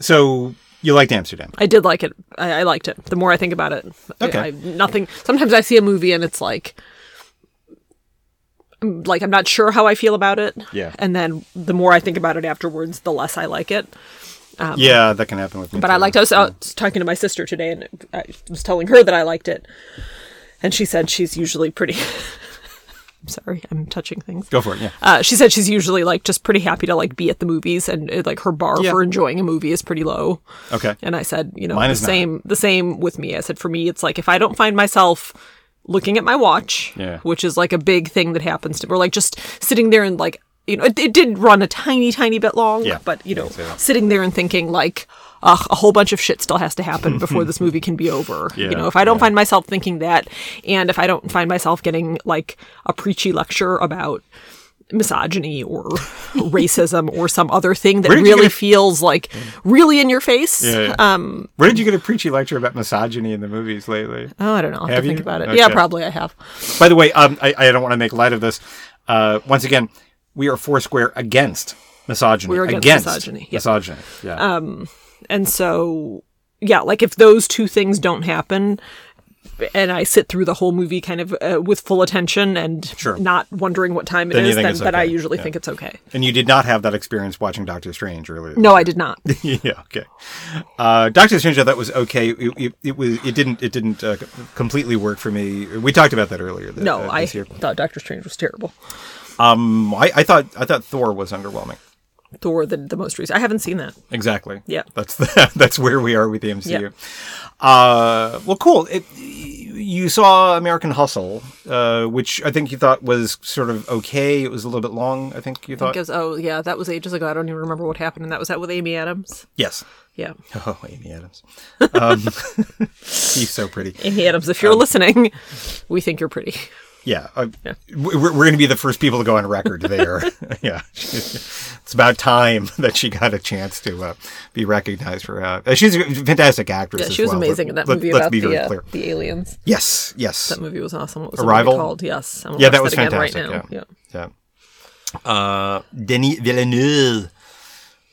Speaker 1: So you liked Amsterdam?
Speaker 2: I did like it. I, I liked it. The more I think about it, I-
Speaker 1: Okay.
Speaker 2: I, nothing. Sometimes I see a movie and it's like, I'm- like I'm not sure how I feel about it.
Speaker 1: Yeah.
Speaker 2: And then the more I think about it afterwards, the less I like it.
Speaker 1: yeah, that can happen with me.
Speaker 2: Um, But I
Speaker 1: too.
Speaker 2: liked. I was out talking to my sister today, and I was telling her that I liked it, and she said she's usually pretty. I'm sorry, I'm touching things.
Speaker 1: Go for it. Yeah.
Speaker 2: Uh, she said she's usually like just pretty happy to like be at the movies, and uh, like her bar
Speaker 1: Yeah.
Speaker 2: for enjoying a movie is pretty low.
Speaker 1: Okay.
Speaker 2: And I said, you know,
Speaker 1: Mine
Speaker 2: the
Speaker 1: is not.
Speaker 2: same the same with me. I said for me it's like if I don't find myself looking at my watch,
Speaker 1: Yeah.
Speaker 2: which is like a big thing that happens to or like just sitting there and like you know, it, it did run a tiny, tiny bit long,
Speaker 1: Yeah,
Speaker 2: but you know,
Speaker 1: can say that.
Speaker 2: sitting there and thinking like, Ugh, a whole bunch of shit still has to happen before this movie can be over.
Speaker 1: Yeah,
Speaker 2: you know, if I don't
Speaker 1: yeah.
Speaker 2: find myself thinking that, and if I don't find myself getting like a preachy lecture about misogyny or racism or some other thing that
Speaker 1: Where did you
Speaker 2: really
Speaker 1: get a-
Speaker 2: feels like really in your face,
Speaker 1: Yeah, yeah.
Speaker 2: Um,
Speaker 1: Where did you get a preachy lecture about misogyny in the movies lately?
Speaker 2: Oh, I don't know. I'll have,
Speaker 1: Have
Speaker 2: to think
Speaker 1: you?
Speaker 2: about it.
Speaker 1: Okay.
Speaker 2: Yeah, probably I have.
Speaker 1: By the way, um, I, I don't want to make light of this. Uh, once again, we are foursquare against misogyny.
Speaker 2: We are against misogyny, Uh, yep.
Speaker 1: Misogyny. Yeah.
Speaker 2: And so, yeah, like if those two things don't happen, and I sit through the whole movie kind of uh, with full attention and
Speaker 1: Sure.
Speaker 2: not wondering what time it
Speaker 1: Then you
Speaker 2: is,
Speaker 1: think
Speaker 2: then,
Speaker 1: it's
Speaker 2: then I
Speaker 1: okay.
Speaker 2: usually
Speaker 1: Yeah.
Speaker 2: think it's okay.
Speaker 1: and you did not have that experience watching Doctor Strange earlier.
Speaker 2: No, I did not.
Speaker 1: yeah. Okay. Uh, Doctor Strange, I thought was okay. It, it, it was. It didn't. It didn't uh, completely work for me. We talked about that earlier. th-
Speaker 2: No,
Speaker 1: uh,
Speaker 2: I
Speaker 1: this year.
Speaker 2: thought Doctor Strange was terrible.
Speaker 1: Um, I, I thought. I thought Thor was underwhelming.
Speaker 2: Thor, the, the most recent. I haven't seen that.
Speaker 1: Exactly.
Speaker 2: Yeah.
Speaker 1: That's the, that's where we are with the MCU. Uh, well, cool. It, you saw American Hustle, uh, which I think you thought was sort of okay. It was a little bit long. I think you thought.
Speaker 2: Because, oh, yeah, that was ages ago. I don't even remember what happened. And that was that with Amy Adams.
Speaker 1: yes.
Speaker 2: Yeah.
Speaker 1: Oh, Amy Adams. Um, he's so pretty.
Speaker 2: Amy Adams, if you're
Speaker 1: Um,
Speaker 2: listening, we think you're pretty.
Speaker 1: Yeah. Uh, we- We're, we're going to be the first people to go on record there. yeah. it's about time that she got a chance to uh, be recognized for. Uh, uh, she's a fantastic actress.
Speaker 2: Yeah,
Speaker 1: as
Speaker 2: she was
Speaker 1: well.
Speaker 2: amazing in that
Speaker 1: Let-
Speaker 2: movie
Speaker 1: let's
Speaker 2: about
Speaker 1: be
Speaker 2: the,
Speaker 1: very
Speaker 2: uh,
Speaker 1: clear.
Speaker 2: the aliens.
Speaker 1: Yes. Yes.
Speaker 2: That movie was awesome. What was
Speaker 1: Arrival?
Speaker 2: It called? Yes. I'm gonna
Speaker 1: Yeah,
Speaker 2: watch
Speaker 1: that was
Speaker 2: again
Speaker 1: fantastic.
Speaker 2: Right now. Yeah.
Speaker 1: yeah. Yeah. Uh, Denis Villeneuve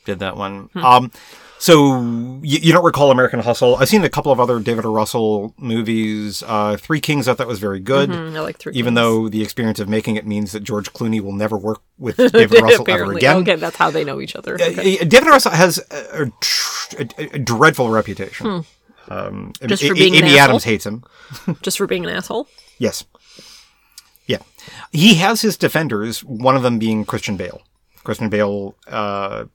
Speaker 1: did that one.
Speaker 2: Hmm.
Speaker 1: Um, so you, you don't recall American Hustle? I've seen a couple of other David O. Russell movies. Uh, Three Kings, I thought was very good.
Speaker 2: Mm, I like three.
Speaker 1: Even
Speaker 2: Kings.
Speaker 1: though the experience of making it means that George Clooney will never work with David O. Russell ever
Speaker 2: apparently,
Speaker 1: again.
Speaker 2: okay, that's how they know each other. Okay.
Speaker 1: Uh, David O. Russell has a, a tr- a- a dreadful reputation. Um,
Speaker 2: Hmm. Just
Speaker 1: A-
Speaker 2: for
Speaker 1: A-
Speaker 2: being an
Speaker 1: Amy
Speaker 2: asshole?
Speaker 1: Adams hates him.
Speaker 2: Just for being an asshole.
Speaker 1: Yes. Yeah. He has his defenders, one of them being Christian Bale. Christian Bale uh,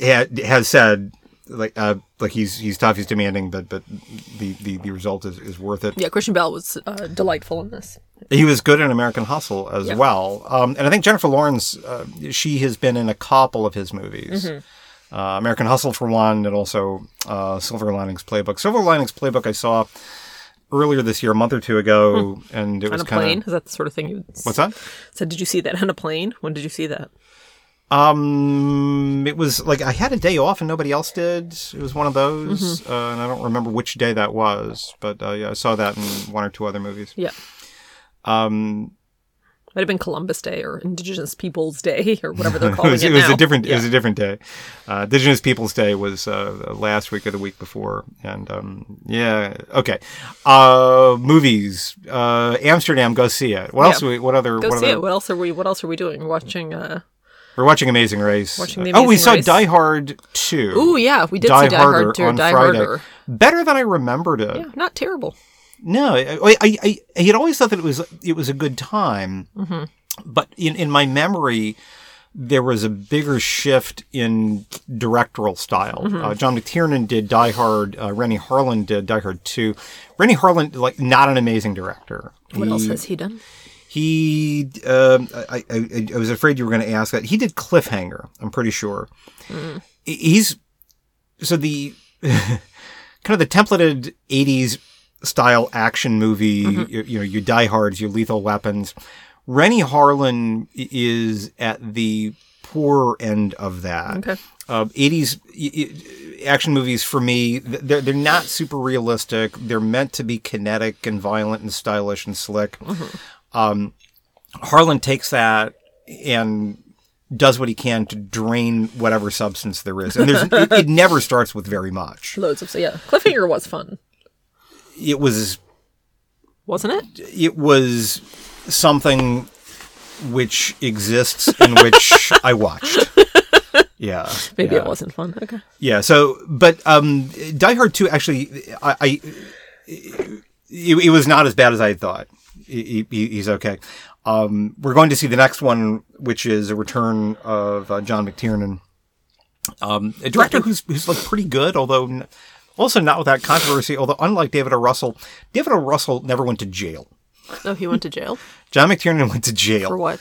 Speaker 1: ha- has said like uh, like he's he's tough, he's demanding, but but the, the, the result is, is worth it.
Speaker 2: Yeah, Christian Bell was uh, delightful in this.
Speaker 1: He was good in American Hustle as well, um, and I think Jennifer Lawrence uh, she has been in a couple of his movies.
Speaker 2: Mm-hmm.
Speaker 1: Uh, American Hustle for one, and also uh, Silver Linings Playbook. Silver Linings Playbook I saw earlier this year, a month or two ago, and it
Speaker 2: Hmm. On
Speaker 1: was
Speaker 2: a
Speaker 1: kind of
Speaker 2: plane? Is that the sort of thing you
Speaker 1: What's that?
Speaker 2: said? Did you see that on a plane? When did you see that?
Speaker 1: Um, it was like I had a day off and nobody else did. It was one of those,
Speaker 2: Mm-hmm.
Speaker 1: uh, and I don't remember which day that was, but uh, yeah, I saw that in one or two other movies.
Speaker 2: Yeah.
Speaker 1: Um,
Speaker 2: Might have been Columbus Day or Indigenous Peoples Day or whatever they're
Speaker 1: it
Speaker 2: calling
Speaker 1: was,
Speaker 2: it,
Speaker 1: it was
Speaker 2: now.
Speaker 1: a different,
Speaker 2: Yeah.
Speaker 1: it was a different day. Uh, Indigenous Peoples Day was uh, last week or the week before, and um, yeah, okay. Uh, movies, uh, Amsterdam, go see it. What
Speaker 2: Yeah.
Speaker 1: else? do we, what other?
Speaker 2: Go
Speaker 1: what
Speaker 2: see
Speaker 1: other,
Speaker 2: it. What else are we? What else are we doing? Watching uh,
Speaker 1: We're watching Amazing Race.
Speaker 2: Watching The
Speaker 1: oh, we
Speaker 2: Amazing
Speaker 1: saw
Speaker 2: Race.
Speaker 1: Die Hard 2.
Speaker 2: Ooh, yeah, we did see Die Hard 2 or Die Harder.
Speaker 1: Better than I remembered it.
Speaker 2: Yeah, not terrible.
Speaker 1: No, I, I, I, I had always thought that it was it was a good time,
Speaker 2: Mm-hmm.
Speaker 1: but in, in my memory, there was a bigger shift in directorial style.
Speaker 2: Mm-hmm.
Speaker 1: Uh, John McTiernan did Die Hard. Uh, Rennie Harlan did Die Hard Two. Rennie Harlan, like, not an amazing director.
Speaker 2: What
Speaker 1: He-
Speaker 2: else has he done?
Speaker 1: he, um, I, I, I was afraid you were going to ask that. He did Cliffhanger. I'm pretty sure. He- He's so the kind of the templated '80s style action movie. You, you know, your Die Hard's, your Lethal Weapons. Rennie Harlan i- is at the poor end of that.
Speaker 2: Okay.
Speaker 1: Uh, 80s y- y- action movies for me, th- they're, they're not super realistic. They're meant to be kinetic and violent and stylish and slick. Um, Harlan takes that and does what he can to drain whatever substance there is. And there's, it, it never starts with very much.
Speaker 2: Loads of so yeah. Cliffhanger was fun,
Speaker 1: It was
Speaker 2: wasn't it?
Speaker 1: it was something which exists in which I watched. Yeah.
Speaker 2: Maybe
Speaker 1: yeah.
Speaker 2: it wasn't fun. Okay.
Speaker 1: Yeah. So, but um, Die Hard Two actually, I, I it, it was not as bad as I had thought. He, he- he's okay. Um, we're going to see the next one, which is a return of uh, John McTiernan, um, a director who's who's like pretty good, although n- also not without controversy. Although unlike David O. Russell, David O. Russell never went to jail.
Speaker 2: Oh, he went to jail
Speaker 1: John McTiernan went to jail.
Speaker 2: for what?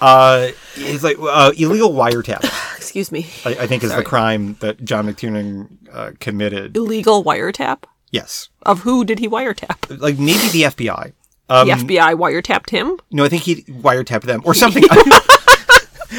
Speaker 1: Uh, it's like uh, illegal wiretap.
Speaker 2: Excuse me.
Speaker 1: I, I think is
Speaker 2: Sorry.
Speaker 1: the crime that John McTiernan uh, committed.
Speaker 2: Illegal wiretap.
Speaker 1: Yes,
Speaker 2: Of who did he wiretap?
Speaker 1: like maybe the FBI. Um,
Speaker 2: the FBI wiretapped him.
Speaker 1: No, I think he wiretapped them or something.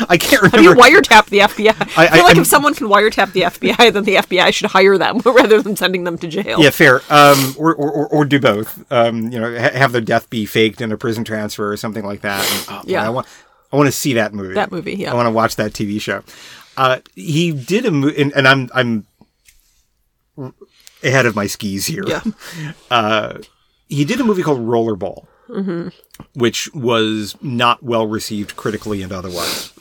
Speaker 1: I can't remember.
Speaker 2: You wiretapped the FBI. I,
Speaker 1: I-
Speaker 2: feel like
Speaker 1: I'm-
Speaker 2: if someone can wiretap the FBI, then the FBI should hire them rather than sending them to jail.
Speaker 1: yeah, fair. Um, or, or, or, or do both. Um, you know, ha- have their death be faked in a prison transfer or something like that. And, oh,
Speaker 2: Yeah.
Speaker 1: yeah, I want. I want to see that movie.
Speaker 2: That movie, yeah.
Speaker 1: I want to watch that TV show. Uh, he did a movie, and, and I'm I'm ahead of my skis here.
Speaker 2: Yeah.
Speaker 1: he did a movie called Rollerball, which was not well received critically and otherwise.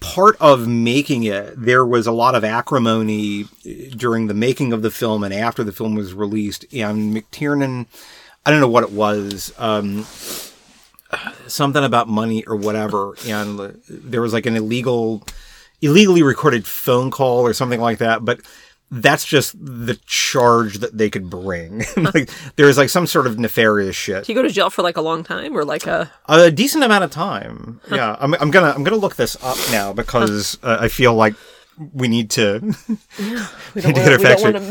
Speaker 1: Part of making it, there was a lot of acrimony eh, during the making of the film and after the film was released. And McTiernan, I don't know what it was, um, something about money or whatever. And there was like an illegal, illegally recorded phone call or something like that. But that's just the charge that they could bring. like there was like some sort of nefarious shit.
Speaker 2: Did he go to jail for like a long time or like a
Speaker 1: A decent amount of time. Yeah, I'm, I'm gonna I'm gonna look this up now because uh, I feel like we need to.
Speaker 2: we don't
Speaker 1: Did it affect
Speaker 2: want to
Speaker 1: you?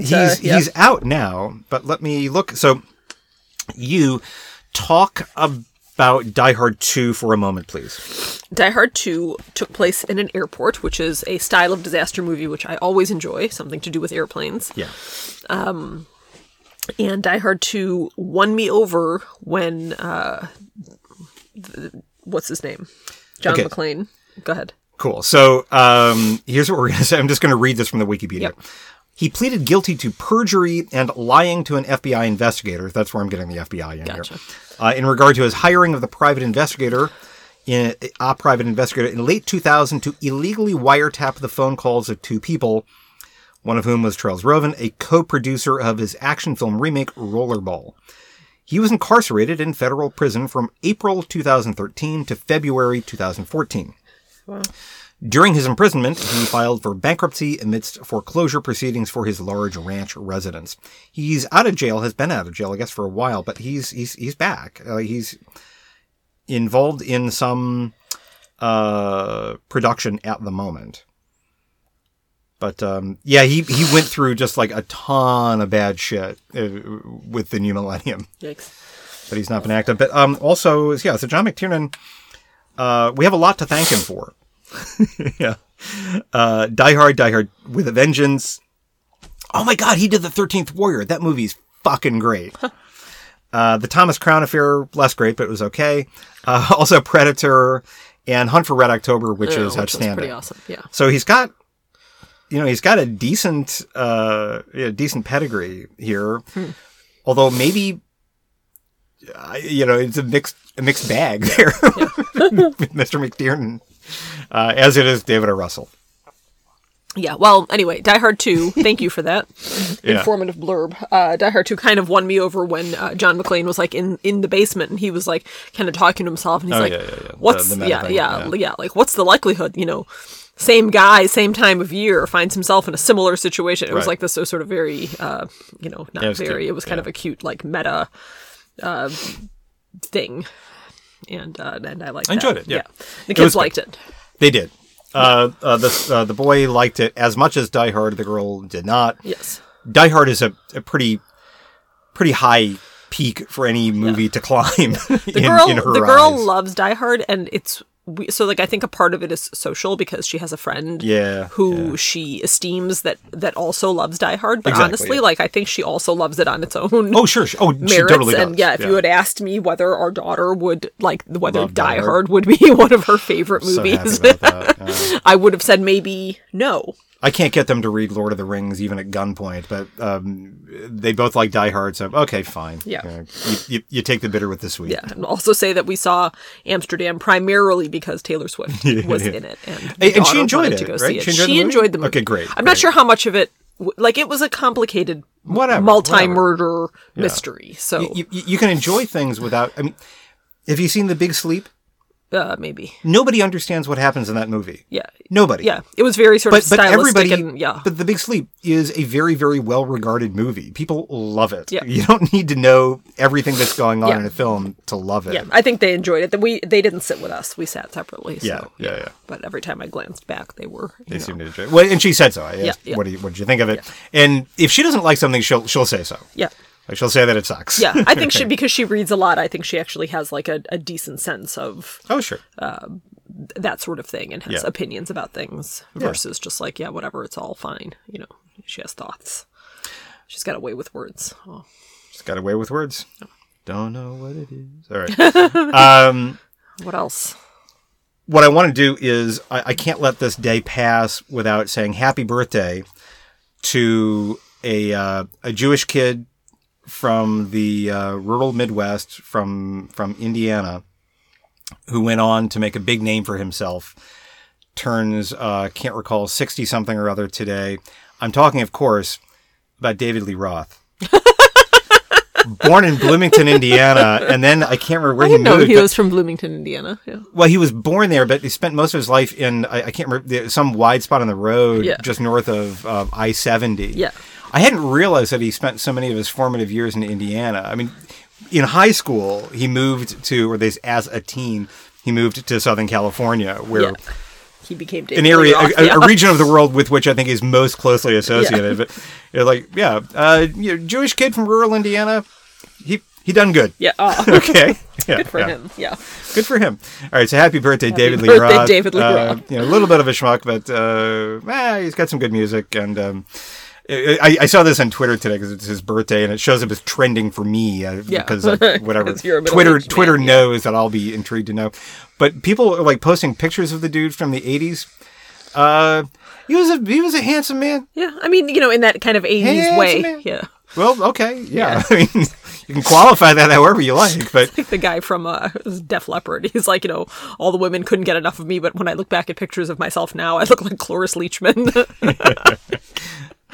Speaker 1: He's
Speaker 2: uh, yeah.
Speaker 1: he's out now, but let me look. So you talk about Die Hard Two for a moment, please.
Speaker 2: Die Hard 2 took place in an airport, which is a style of disaster movie which I always enjoy, something to do with airplanes.
Speaker 1: Yeah.
Speaker 2: And Die Hard 2 won me over when, uh, the, what's his name? John
Speaker 1: Okay.
Speaker 2: McClane. Go ahead.
Speaker 1: Cool. So um, here's what we're going to say. I'm just going to read this from the Wikipedia.
Speaker 2: Yep.
Speaker 1: He pleaded guilty to perjury and lying to an FBI investigator. That's where I'm getting the FBI in
Speaker 2: Gotcha.
Speaker 1: here. Uh, in regard to his hiring of the private investigator, in, a private investigator in late 2000 to illegally wiretap the phone calls of two people, one of whom was Charles Roven, a co-producer of his action film remake Rollerball. He was incarcerated in federal prison from April 2013 to February 2014. During his imprisonment, he filed for bankruptcy amidst foreclosure proceedings for his large ranch residence. He's out of jail, has been out of jail, I guess, for a while, but he's he's he's back. Uh, he's involved in some uh, production at the moment. But um, yeah, he he went through just like a ton of bad shit uh, with the new millennium
Speaker 2: Yikes.
Speaker 1: but he's not been active. But um, also, yeah, so John McTiernan, uh, we have a lot to thank him for. yeah. Uh, Die Hard, Die Hard with a Vengeance. Oh my God, he did The 13th Warrior. That movie's fucking great. uh, the Thomas Crown Affair, less great, but it was okay. Uh, also, Predator and Hunt for Red October, which
Speaker 2: Oh,
Speaker 1: is
Speaker 2: which was
Speaker 1: outstanding.
Speaker 2: pretty awesome. Yeah.
Speaker 1: So he's got, you know, he's got a decent,
Speaker 2: Hmm.
Speaker 1: uh, yeah, decent pedigree here. Although maybe I- you know, it's a mixed a mixed bag there, with Mr. McTiernan, uh, as it is David O. Russell.
Speaker 2: Yeah. Well, anyway, Die Hard 2, thank you for that
Speaker 1: Yeah.
Speaker 2: informative blurb. Uh, Die Hard 2 kind of won me over when uh, John McClane was like in, in the basement and he was like kind of talking to himself and he's
Speaker 1: Oh,
Speaker 2: like,
Speaker 1: yeah, yeah, yeah. The-
Speaker 2: what's,
Speaker 1: the meta
Speaker 2: yeah,
Speaker 1: thing,
Speaker 2: yeah,
Speaker 1: yeah.
Speaker 2: yeah, like what's the likelihood, you know, same guy, same time of year finds himself in a similar situation. It was
Speaker 1: Right.
Speaker 2: like this so sort of very, uh, you know, not
Speaker 1: it was
Speaker 2: very,
Speaker 1: cute,
Speaker 2: it was kind
Speaker 1: yeah.
Speaker 2: of a cute like meta uh, thing. And, uh, and I liked
Speaker 1: I enjoyed it,
Speaker 2: that.
Speaker 1: yeah.
Speaker 2: The
Speaker 1: was
Speaker 2: kids
Speaker 1: good.
Speaker 2: liked it.
Speaker 1: They did. Uh, uh, the uh, the boy liked it as much as Die Hard. The girl did not.
Speaker 2: Yes.
Speaker 1: Die Hard is a, a pretty pretty high peak for any movie to climb. The
Speaker 2: the girl the girl loves die hard and it's we- so like i think a part of it is social because she has a friend
Speaker 1: Yeah,
Speaker 2: who she esteems that that also loves die hard but
Speaker 1: Exactly,
Speaker 2: honestly
Speaker 1: yeah.
Speaker 2: like i think she also loves it on its own
Speaker 1: Oh sure, sure. oh she
Speaker 2: merits
Speaker 1: totally does.
Speaker 2: and yeah if you had asked me whether our daughter would like whether
Speaker 1: Love Die
Speaker 2: die,
Speaker 1: Hard.
Speaker 2: hard would be one of her favorite
Speaker 1: so happy
Speaker 2: movies
Speaker 1: about that. yeah.
Speaker 2: i would have said maybe no
Speaker 1: I can't get them to read Lord of the Rings even at gunpoint, but um, they both like Die Hard, so okay, fine.
Speaker 2: Yeah.
Speaker 1: you, you, you take the bitter with the sweet.
Speaker 2: yeah and also say that we saw amsterdam primarily because taylor swift was in it and, my
Speaker 1: And- and she
Speaker 2: daughter
Speaker 1: enjoyed
Speaker 2: wanted
Speaker 1: it,
Speaker 2: to go
Speaker 1: right?
Speaker 2: see it.
Speaker 1: She enjoyed the movie?
Speaker 2: enjoyed the movie
Speaker 1: Okay, great,
Speaker 2: i'm
Speaker 1: great.
Speaker 2: not sure how much of it w- like it was a complicated
Speaker 1: Whatever,
Speaker 2: multi-murder mystery so
Speaker 1: You, you, you can enjoy things without. I mean, have you seen The Big Sleep?
Speaker 2: uh, maybe
Speaker 1: Nobody understands what happens in that movie.
Speaker 2: yeah
Speaker 1: Nobody.
Speaker 2: yeah it was very sort of
Speaker 1: But, but
Speaker 2: stylistic
Speaker 1: everybody,
Speaker 2: and yeah
Speaker 1: but The Big Sleep is a very, very well regarded movie. People love it.
Speaker 2: Yeah.
Speaker 1: You don't need to know everything that's going on
Speaker 2: Yeah.
Speaker 1: in a film to love it.
Speaker 2: yeah i think they enjoyed it that we they didn't sit with us we sat separately so
Speaker 1: Yeah, yeah, yeah.
Speaker 2: but every time i glanced back they were you
Speaker 1: They
Speaker 2: know.
Speaker 1: seem to enjoy it. Well, and she said so. I asked,
Speaker 2: yeah.
Speaker 1: What, do you, what did you think of it? And if she doesn't like something, she'll she'll say so.
Speaker 2: yeah
Speaker 1: Like she'll say that it sucks.
Speaker 2: yeah i think she because she reads a lot i think she actually has like a, a decent sense of
Speaker 1: oh, sure.
Speaker 2: Uh, that sort of thing and has
Speaker 1: Yeah.
Speaker 2: opinions about things versus just like yeah whatever it's all fine you know she has thoughts she's got a way with words oh.
Speaker 1: Just got away with words. Don't know what it is. All right. um,
Speaker 2: what else
Speaker 1: what I want to do is I, I can't let this day pass without saying happy birthday to a uh, a Jewish kid from the uh, rural Midwest from from Indiana who went on to make a big name for himself. Turns uh, can't recall sixty something or other today. I'm talking, of course, about David Lee Roth. Born in Bloomington, Indiana, and then I can't remember where he
Speaker 2: no
Speaker 1: moved.
Speaker 2: he
Speaker 1: but-
Speaker 2: was from bloomington indiana yeah
Speaker 1: well, he was born there, but he spent most of his life in I, I can't remember the- some wide spot on the road
Speaker 2: Yeah.
Speaker 1: just north of uh, I seventy.
Speaker 2: Yeah.
Speaker 1: I hadn't realized that he spent so many of his formative years in Indiana. I mean, in high school, he moved to, or this as a teen, he moved to Southern California, where
Speaker 2: yeah he became David
Speaker 1: an
Speaker 2: Lee
Speaker 1: area,
Speaker 2: Roth,
Speaker 1: a, a-
Speaker 2: yeah.
Speaker 1: a region of the world with which I think is most closely associated. But you know, like, yeah, uh, you know, Jewish kid from rural Indiana, he he done good.
Speaker 2: yeah oh,
Speaker 1: Okay. Yeah,
Speaker 2: good for
Speaker 1: yeah.
Speaker 2: him yeah
Speaker 1: Good for him. All right, so happy birthday, David Lee
Speaker 2: birthday,
Speaker 1: Roth.
Speaker 2: David Lee
Speaker 1: Uh,
Speaker 2: Roth.
Speaker 1: you know, a little bit of a schmuck, but uh, eh, he's got some good music. And um, I, I saw this on Twitter today because it's his birthday, and it shows up as trending for me uh,
Speaker 2: Yeah.
Speaker 1: because like, whatever
Speaker 2: 'Cause you're a
Speaker 1: Twitter
Speaker 2: middle-aged
Speaker 1: Twitter
Speaker 2: man, yeah.
Speaker 1: knows that I'll be intrigued to know. But people are like posting pictures of the dude from the '80s. Uh, he was a he was a handsome man.
Speaker 2: yeah i mean you know in that kind of 80s
Speaker 1: Handsome
Speaker 2: way
Speaker 1: man.
Speaker 2: yeah
Speaker 1: Well, okay, yeah. I mean, you can qualify that however you like, but
Speaker 2: the guy from uh, Def Leppard. He's like, you know, all the women couldn't get enough of me, but when I look back at pictures of myself now, I look like Cloris Leachman.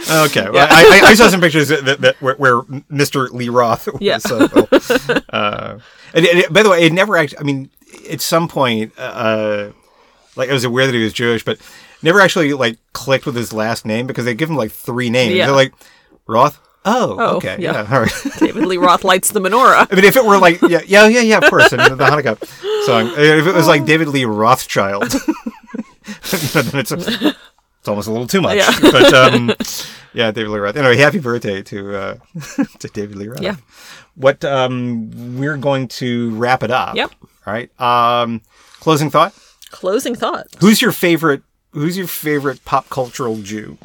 Speaker 1: Okay, well, I, I, I saw some pictures that, that, that where, where Mr. Lee Roth was.
Speaker 2: Yeah.
Speaker 1: So, uh, and, it- by the way, it never actually. I mean, at some point, uh, like I was aware that he was Jewish, but never actually like clicked with his last name because they give him like three names.
Speaker 2: Yeah.
Speaker 1: They're like Roth. Oh,
Speaker 2: Oh,
Speaker 1: okay,
Speaker 2: yeah.
Speaker 1: yeah. all right.
Speaker 2: David Lee Roth lights the menorah.
Speaker 1: I mean, if it were like, yeah, yeah, yeah, yeah, of course, and the Hanukkah song. If it was like David Lee Rothschild, then it's, it's almost a little too much.
Speaker 2: Yeah.
Speaker 1: But um, yeah, David Lee Roth. Anyway, happy birthday to uh, to David Lee Roth.
Speaker 2: Yeah.
Speaker 1: What um, we're going to wrap it up.
Speaker 2: Yep.
Speaker 1: All right. Um, closing thought.
Speaker 2: Closing thought.
Speaker 1: Who's your favorite? Who's your favorite pop cultural Jew?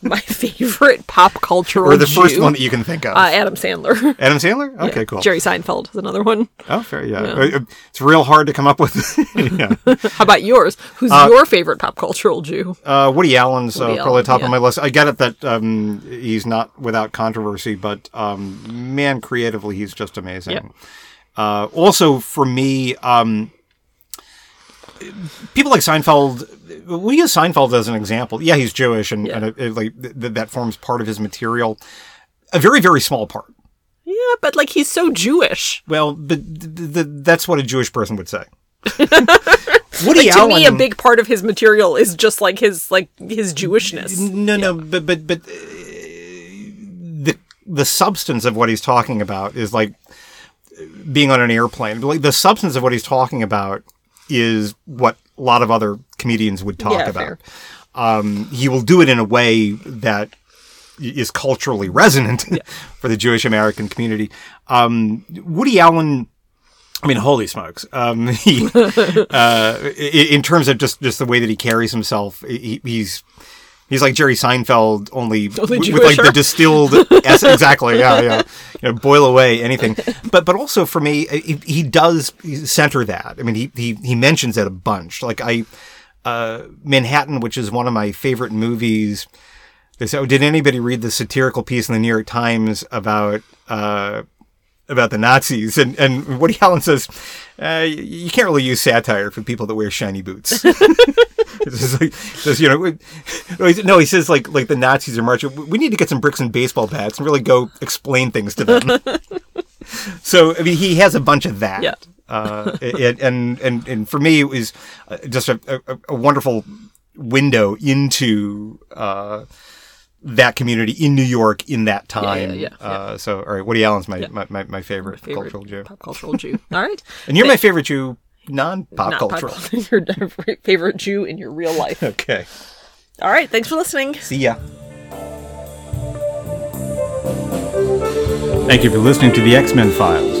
Speaker 2: my favorite pop cultural
Speaker 1: or the first
Speaker 2: Jew,
Speaker 1: one that you can think of.
Speaker 2: uh, Adam Sandler.
Speaker 1: Adam Sandler. Okay, cool.
Speaker 2: Jerry Seinfeld is another one.
Speaker 1: Oh, fair. Yeah. Uh, uh, it's real hard to come up with. yeah.
Speaker 2: How about yours? Who's your favorite pop cultural Jew?
Speaker 1: Uh, Woody Allen's uh,
Speaker 2: Woody
Speaker 1: probably
Speaker 2: Allen,
Speaker 1: top
Speaker 2: yeah.
Speaker 1: of my list. I get it that um, he's not without controversy, but um, man, creatively, he's just amazing.
Speaker 2: Yep.
Speaker 1: Uh, also, for me, um, people like Seinfeld. We use Seinfeld as an example. Yeah, he's Jewish, and,
Speaker 2: Yeah.
Speaker 1: and it, it, like th- th- that forms part of his material. A very, very small part.
Speaker 2: Yeah, but like he's so Jewish.
Speaker 1: Well, but th- th- th- that's what a Jewish person would say. Woody
Speaker 2: to
Speaker 1: Allen.
Speaker 2: me, a big part of his material is just like his like his Jewishness.
Speaker 1: No, no, but but but uh, the the substance of what he's talking about is like being on an airplane. Like the substance of what he's talking about is what a lot of other comedians would talk
Speaker 2: Yeah,
Speaker 1: about. Um, he will do it in a way that i- is culturally resonant for the Jewish American community. Um, Woody Allen. I mean, holy smokes! Um, he, uh, i- in terms of just, just the way that he carries himself, he, he's he's like Jerry Seinfeld, only,
Speaker 2: Only
Speaker 1: with, with, like the
Speaker 2: Jewisher.
Speaker 1: distilled. yes, exactly. Yeah, yeah. You know, boil away anything. But but also for me, he, he does center that. I mean, he he he mentions it a bunch. Like I, uh, Manhattan, which is one of my favorite movies. They said, oh, did anybody read the satirical piece in the New York Times about? Uh, about the Nazis, and, and Woody Allen says, uh, "You can't really use satire for people that wear shiny boots." It's just like, says, you know, we- no, he- no, he says like like the Nazis are marching. We need to get some bricks and baseball bats and really go explain things to them. so I mean, he has a bunch of that.
Speaker 2: Yeah.
Speaker 1: uh, and, and and and for me, it was uh, just a, a, a wonderful window into uh, that community in New York in that time.
Speaker 2: yeah, yeah.
Speaker 1: Uh, so all right, Woody Allen's my my, my, my favorite,
Speaker 2: Favorite
Speaker 1: cultural Jew,
Speaker 2: Pop cultural Jew. All right.
Speaker 1: and you're my favorite Jew non-pop
Speaker 2: Not
Speaker 1: cultural.
Speaker 2: pop cultural. Your favorite Jew in your real life.
Speaker 1: Okay,
Speaker 2: All right. Thanks for listening.
Speaker 1: see ya. Thank you for listening to the X Men Files.